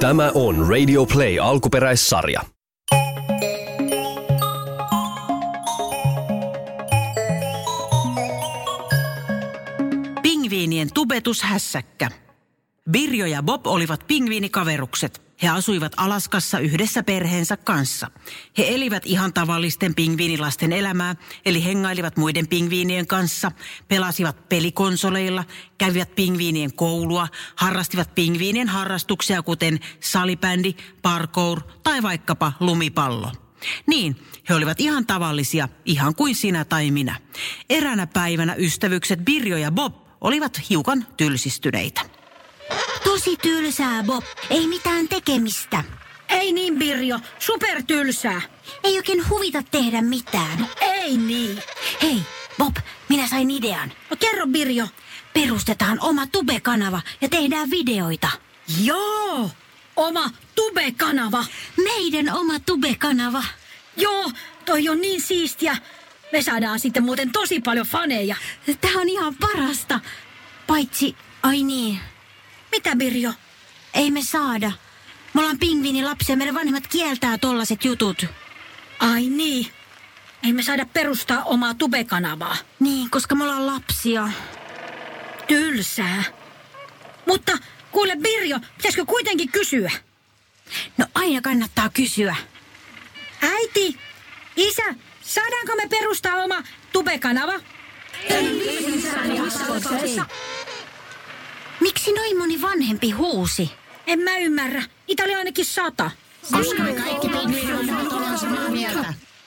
Tämä on Radio Play alkuperäissarja. Pingviinien tubetushässäkkä. Birjo ja Bob olivat pingviinikaverukset. He asuivat Alaskassa yhdessä perheensä kanssa. He elivät ihan tavallisten pingviinilasten elämää, eli hengailivat muiden pingviinien kanssa, pelasivat pelikonsoleilla, kävivät pingviinien koulua, harrastivat pingviinien harrastuksia kuten salibändi, parkour tai vaikkapa lumipallo. Niin, he olivat ihan tavallisia, ihan kuin sinä tai minä. Eräänä päivänä ystävykset Birjo ja Bob olivat hiukan tylsistyneitä. Tosi tylsää, Bob. Ei mitään tekemistä. Ei niin, Birjo. Supertylsää. Ei oikein huvita tehdä mitään. Ei niin. Hei, Bob, minä sain idean. No, kerro, Birjo. Perustetaan oma Tube-kanava ja tehdään videoita. Joo. Oma Tube-kanava. Meidän oma Tube-kanava. Joo, toi on niin siistiä. Me saadaan sitten muuten tosi paljon faneja. Tämä on ihan parasta. Paitsi, ai niin, Mitä, Birjo? ei me saada. Me ollaan pingviinilapsia, meidän vanhemmat kieltää tollaset jutut. Ai niin. Ei me saada perustaa omaa Tube-kanavaa. Niin, koska me ollaan lapsia. Tylsää. Mutta kuule, Birjo, pitäisikö kuitenkin kysyä? No aina kannattaa kysyä. Äiti, isä, saadaanko me perustaa oma Tube-kanava? Miksi noin moni vanhempi huusi? En mä ymmärrä. Niitä oli ainakin sata.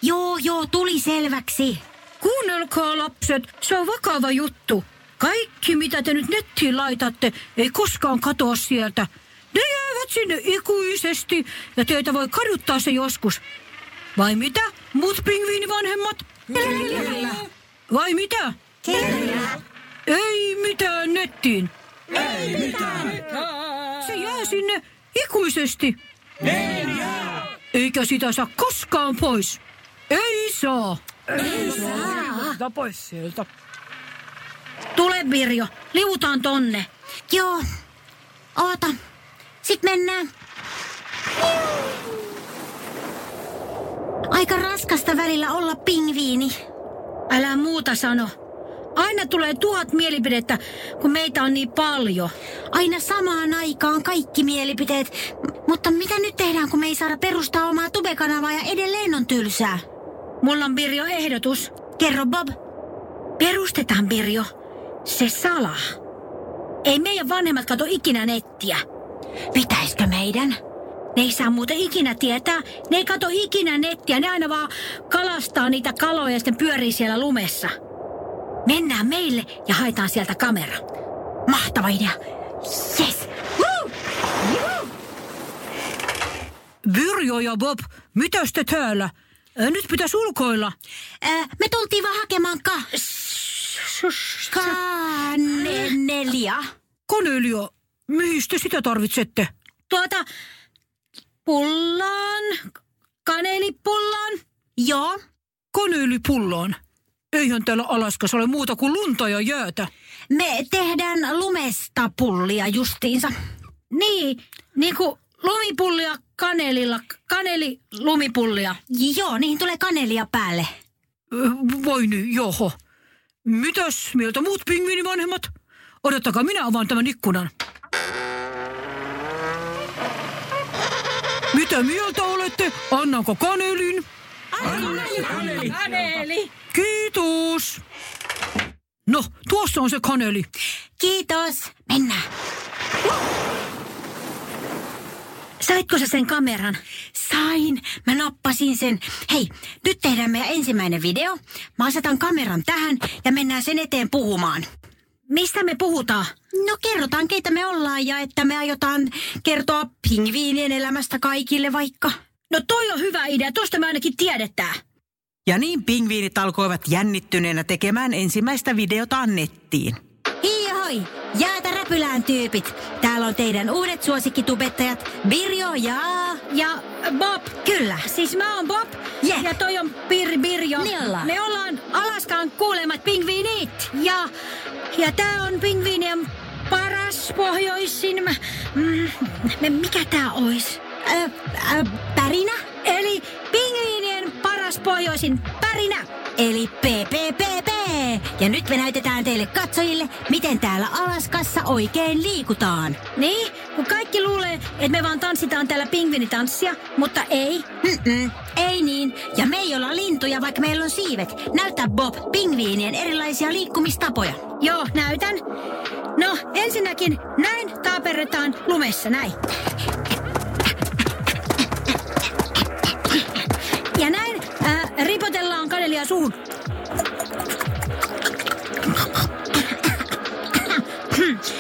Joo, joo, tuli selväksi. Kuunnelkaa lapset, se on vakava juttu. Kaikki mitä te nyt nettiin laitatte, ei koskaan katoa sieltä. Ne jäävät sinne ikuisesti ja teitä voi kaduttaa se joskus. Vai mitä, muut pingviinivanhemmat? Kyllä. Vai mitä? Kyllä. Ei mitään nettiin. Ei mitään. Se jää sinne ikuisesti. Ei jää. Eikä sitä saa koskaan pois. Ei saa. Ota pois sieltä. Tule Birjo, liutaan tonne. Joo. Oota. Sitten mennään. Aika raskasta välillä olla pingviini. Älä muuta sano. Aina tulee tuhat mielipidettä, kun meitä on niin paljon. Aina samaan aikaan kaikki mielipiteet. M- mutta mitä nyt tehdään, kun me ei saada perustaa omaa tubekanavaa ja edelleen on tylsää? Mulla on Birjo ehdotus. Kerro Bob. Perustetaan Birjo. Se sala. Ei meidän vanhemmat kato ikinä nettiä. Pitäisikö meidän? Ne ei saa muuten ikinä tietää. Ne ei kato ikinä nettiä. Ne aina vaan kalastaa niitä kaloja ja sitten pyörii siellä lumessa. Mennään meille ja haetaan sieltä kamera. Mahtava idea. Yes. Woo! Birjo ja Bob, mitäs te täällä? Nyt pitäisi ulkoilla. Ää, me tultiin vaan hakemaan ka... Kannelia. Konelio, mihin te sitä tarvitsette? Tuota, pullaan, kanelipullaan. Joo. Kaneelipullaan? Eihän täällä Alaskassa ole muuta kuin lunta ja jäätä. Me tehdään lumesta pullia justiinsa. Niin, niin kuin lumipullia kanelilla, kaneli lumipullia. Joo, niihin tulee kanelia päälle. Voi nyt, joho. Mitäs mieltä muut pingviinivanhemmat? Odottakaa, minä avaan tämän ikkunan. Mitä mieltä olette? Annanko kanelin? Kaneli. Kiitos. No, tuossa on se kaneli. Kiitos. Mennään. Saitko sä sen kameran? Sain. Mä nappasin sen. Hei, nyt tehdään meidän ensimmäinen video. Mä asetan kameran tähän ja mennään sen eteen puhumaan. Mistä me puhutaan? No kerrotaan, keitä me ollaan ja että me aiotaan kertoa pingviinien elämästä kaikille vaikka. No toi on hyvä idea, tosta me ainakin tiedetään. Ja niin pingviinit alkoivat jännittyneenä tekemään ensimmäistä videotaan nettiin. Hiihoi! Jäätä räpylään tyypit. Täällä on teidän uudet suosikkitubettajat Birjo ja... Ja Bob, Kyllä. siis mä oon Bob Jep. ja toi on Bir Birjo. Me ollaan. Me ollaan Alaskan kuulemat pingviinit ja, ja tää on pingviinien Paras pohjoissin. Mm, m- mikä tää ois? Ö, ö, pärinä? Eli pingviinien paras pohjoisin pärinä. Eli PPPP. Ja nyt me näytetään teille katsojille, miten täällä Alaskassa oikein liikutaan. Niin, kun kaikki luulee, että me vaan tanssitaan täällä pingvinitanssia, mutta ei. Mm-mm, ei niin. Ja me ei olla lintuja, vaikka meillä on siivet. Näytä Bob pingviinien erilaisia liikkumistapoja. Joo, näytän. No, ensinnäkin näin taaperretaan lumessa, näin. Ja näin ää, ripotellaan kanelia suuhun.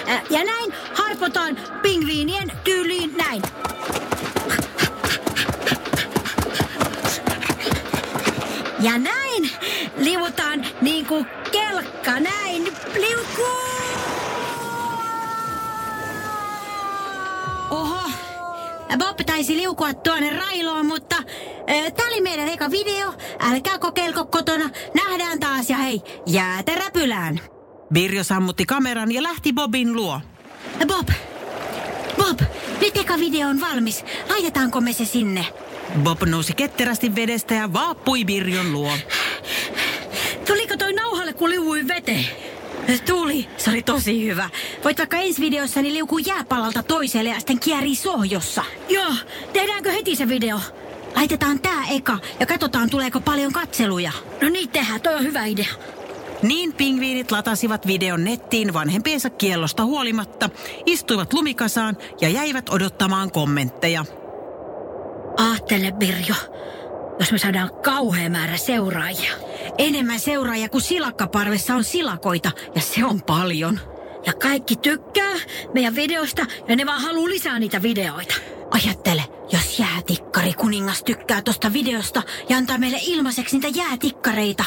Ää, Ja näin harpotaan pingviinien tyyliin näin. Ja näin liutaan niin kuin kelkka näin liukuu. Oho, Bob taisi liukua tuonne railoon, mutta ö, tää oli meidän eka video. Älkää kokeilko kotona. Nähdään taas ja hei, jäätä räpylään. Birjo sammutti kameran ja lähti Bobin luo. Bob, Bob, nyt eka video on valmis. Laitetaanko me se sinne? Bob nousi ketterästi vedestä ja vaappui Birjon luo. Tuliko toi nauhalle, kun liuui veteen? Tuli, se oli tosi hyvä. Voit vaikka ensi videossani liukuu jääpalalta toiselle ja sitten kierii sohjossa. Joo, tehdäänkö heti se video? Laitetaan tää eka ja katsotaan tuleeko paljon katseluja. No niin tehdään, toi on hyvä idea. Niin pingviinit latasivat videon nettiin vanhempiensa kiellosta huolimatta, istuivat lumikasaan ja jäivät odottamaan kommentteja. Aattele Birjo, jos me saadaan kauhea määrä seuraajia. Enemmän seuraajia kuin silakkaparvessa on silakoita ja se on paljon. Ja kaikki tykkää meidän videoista ja ne vaan haluaa lisää niitä videoita. Ajattele, jos jäätikkari kuningas tykkää tosta videosta ja antaa meille ilmaiseksi niitä jäätikkareita.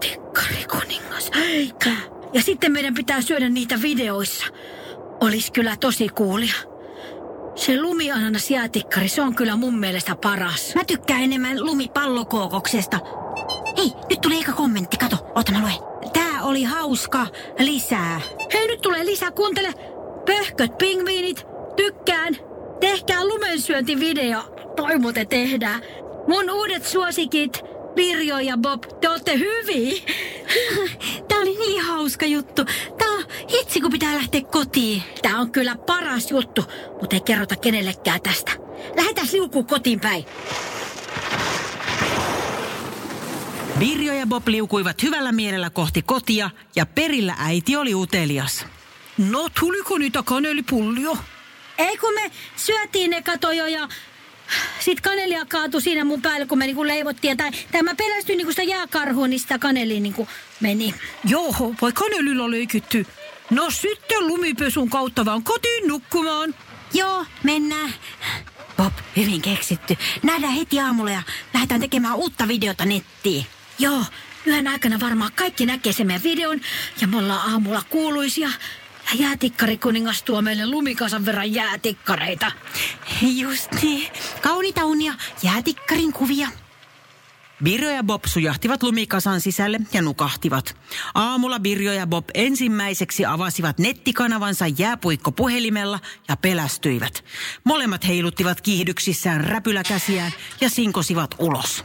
Tikkari kuningas, eikä. Ja sitten meidän pitää syödä niitä videoissa. Olis kyllä tosi kuulia. Se lumiananas jäätikkari, se on kyllä mun mielestä paras. Mä tykkään enemmän lumipallokookoksesta. Hei, nyt tuli eka kommentti, kato, ota mä luen. Tää oli hauska, lisää. Hei, nyt tulee lisää, kuuntele. Pöhköt pingviinit, tykkään. Tehkää lumensyöntivideo. Toi muuten tehdään. Mun uudet suosikit, Pirjo ja Bob, te ootte hyviä. Tää oli niin hauska juttu. Tää on hitsi, kun pitää lähteä kotiin. Tää on kyllä paras juttu, mutta ei kerrota kenellekään tästä. Lähetään liukuu kotiin päin. Birjo ja Bob liukuivat hyvällä mielellä kohti kotia ja perillä äiti oli utelias. No, tuliko niitä kanelipullio? Ei kun me syötiin ne katoja ja sit kanelia kaatui siinä mun päälle, kun me niinku leivottiin. Tai, tai mä pelästyin niinku sitä jääkarhua, niin sitä kaneli niinku meni. Joo, vai kanelilla leikitty? No sitten lumipesun kautta vaan kotiin nukkumaan. Joo, mennään. Bob, hyvin keksitty. Nähdään heti aamulla ja lähdetään tekemään uutta videota nettiin. Joo, yhden aikana varmaan kaikki näkee sen meidän videon ja me ollaan aamulla kuuluisia. Ja jäätikkarikuningas tuo meille lumikasan verran jäätikkareita. Just niin. Kaunita unia, jäätikkarin kuvia. Birjo ja Bob sujahtivat lumikasan sisälle ja nukahtivat. Aamulla Birjo ja Bob ensimmäiseksi avasivat nettikanavansa jääpuikkopuhelimella ja pelästyivät. Molemmat heiluttivat kiihdyksissään räpyläkäsiään ja sinkosivat ulos.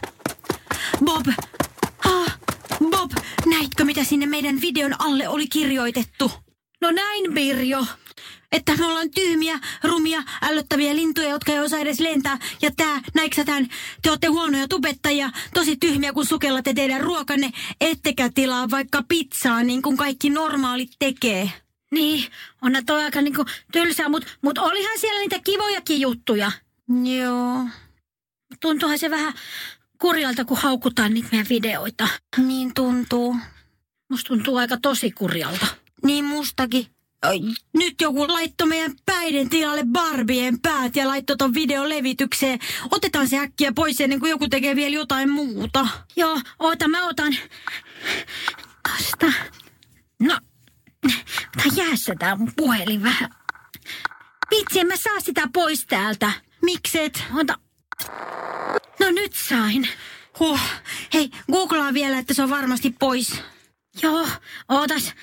Bob, ah, Bob, näitkö mitä sinne meidän videon alle oli kirjoitettu? No näin, Birjo. Että me ollaan tyhmiä, rumia, ällöttäviä lintuja, jotka ei osaa edes lentää. Ja tää, näiksätään, te olette huonoja tubettajia, tosi tyhmiä, kun sukellatte teidän ruokanne. Ettekä tilaa vaikka pizzaa, niin kuin kaikki normaalit tekee. Niin, onhan toi aika niinku tylsää, mutta mut olihan siellä niitä kivojakin juttuja. Joo, Tuntuuhan se vähän kurjalta, kun haukutaan niitä meidän videoita. niin tuntuu. Musta tuntuu aika tosi kurjalta. Niin mustakin. Ai, Nyt joku laittoi meidän päiden tilalle Barbien päät ja laittoi ton videon levitykseen. Otetaan se äkkiä pois ennen kuin joku tekee vielä jotain muuta. Joo, oota, mä otan. Asta. No, tää jäässä tää mun puhelin vähän. Vitsi, en mä saa sitä pois täältä. Mikset? Ota. No nyt sain. Huh. Hei, googlaa vielä, että se on varmasti pois. Joo, ootas.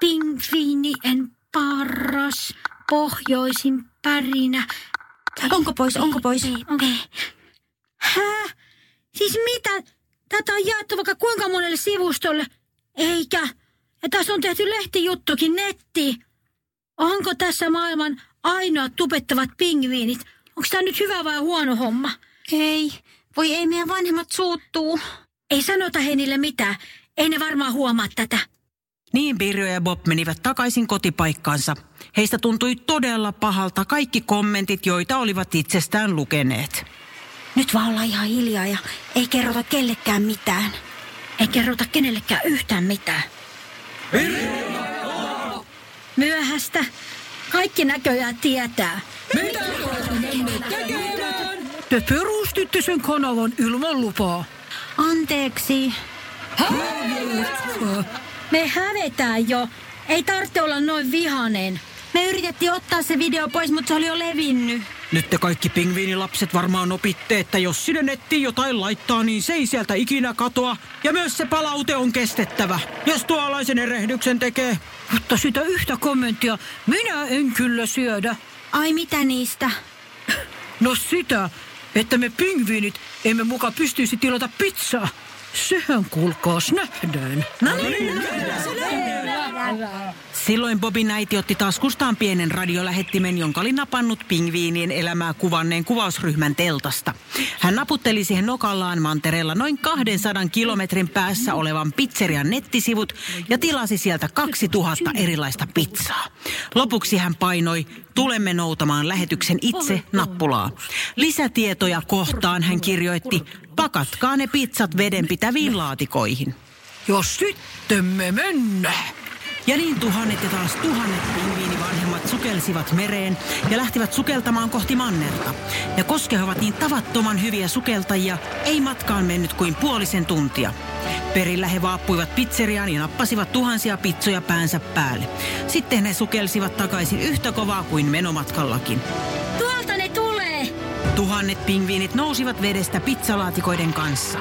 Pingviinien paras pohjoisin pärinä. Onko pois, onko pois? Onko? Häh? Siis mitä? Tätä on jaettu vaikka kuinka monelle sivustolle. Eikä. Ja tässä on tehty lehtijuttukin netti. Onko tässä maailman ainoat tupettavat pingviinit? Onko tämä nyt hyvä vai huono homma? Ei. Voi ei, meidän vanhemmat suuttuu. Ei sanota he niille mitään. Ei ne varmaan huomaa tätä. Niin Pirjo ja Bob menivät takaisin kotipaikkaansa. Heistä tuntui todella pahalta kaikki kommentit, joita olivat itsestään lukeneet. Nyt vaan olla ihan hiljaa ja ei kerrota kellekään mitään. Ei kerrota kenellekään yhtään mitään. Myöhäistä. Kaikki näköjään tietää. Te perustitte sen kanavan ilman lupaa. Anteeksi. Me hävetään jo. Ei tarvitse olla noin vihanen. Me yritettiin ottaa se video pois, mutta se oli jo levinnyt. Nyt te kaikki pingviinilapset varmaan opitte, että jos sinne nettiin jotain laittaa, niin se ei sieltä ikinä katoa. Ja myös se palaute on kestettävä, jos tuollaisen erehdyksen tekee. Mutta sitä yhtä kommenttia minä en kyllä syödä. Ai mitä niistä? No sitä, että me pingviinit emme muka pystyisi tilata pizzaa. Sehän kuulkaas nähdään. No niin, Silloin Bobin äiti otti taskustaan pienen radiolähettimen, jonka oli napannut pingviinien elämää kuvanneen kuvausryhmän teltasta. Hän naputteli siihen nokallaan mantereella noin 200 kilometrin päässä olevan pizzerian nettisivut ja tilasi sieltä 2000 erilaista pizzaa. Lopuksi hän painoi Tulemme noutamaan lähetyksen itse nappulaa. Lisätietoja kohtaan hän kirjoitti, pakatkaa ne pizzat vedenpitäviin laatikoihin. Jos sitten me mennään. Ja niin tuhannet ja taas tuhannet pingviinivanhemmat sukelsivat mereen ja lähtivät sukeltamaan kohti mannerta. Ja koska he ovat niin tavattoman hyviä sukeltajia, ei matkaan mennyt kuin puolisen tuntia. Perillä he vaappuivat pizzeriaan ja nappasivat tuhansia pizzoja päänsä päälle. Sitten he sukelsivat takaisin yhtä kovaa kuin menomatkallakin. Tuolta ne tulee. Tuhannet pingviinit nousivat vedestä pizzalaatikoiden kanssa.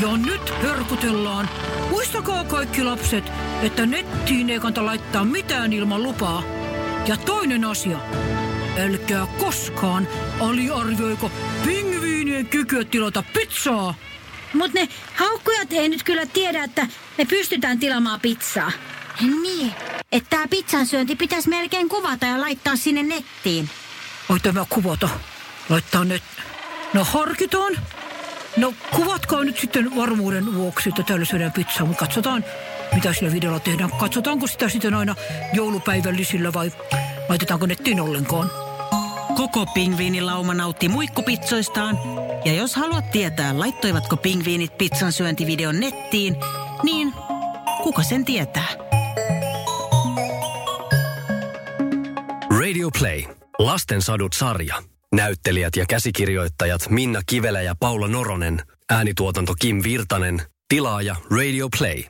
Ja nyt hörkutellaan. Muistakaa kaikki lapset, että nettiin ei kannata laittaa mitään ilman lupaa. Ja toinen asia. Älkää koskaan aliarvioiko pingviinien kykyä tilata pizzaa. Mutta ne haukkujat ei nyt kyllä tiedä, että me pystytään tilaamaan pizzaa. Niin, että tämä pizzan syönti pitäisi melkein kuvata ja laittaa sinne nettiin. Ai tämä kuvata. Laittaa nyt. No harkitaan. No kuvatkaa nyt sitten varmuuden vuoksi, että täällä syödään pizzaa, mutta katsotaan, mitä sillä videolla tehdään. Katsotaanko sitä sitten aina joulupäivällisillä vai laitetaanko nettiin ollenkaan? Koko pingviinilauma nautti muikkupitsoistaan. Ja jos haluat tietää, laittoivatko pingviinit pizzan syöntivideon nettiin, niin kuka sen tietää? Radio Play. Lastensadut sarja. Näyttelijät ja käsikirjoittajat Minna Kivelä ja Paula Noronen. Äänituotanto Kim Virtanen. Tilaaja Radio Play.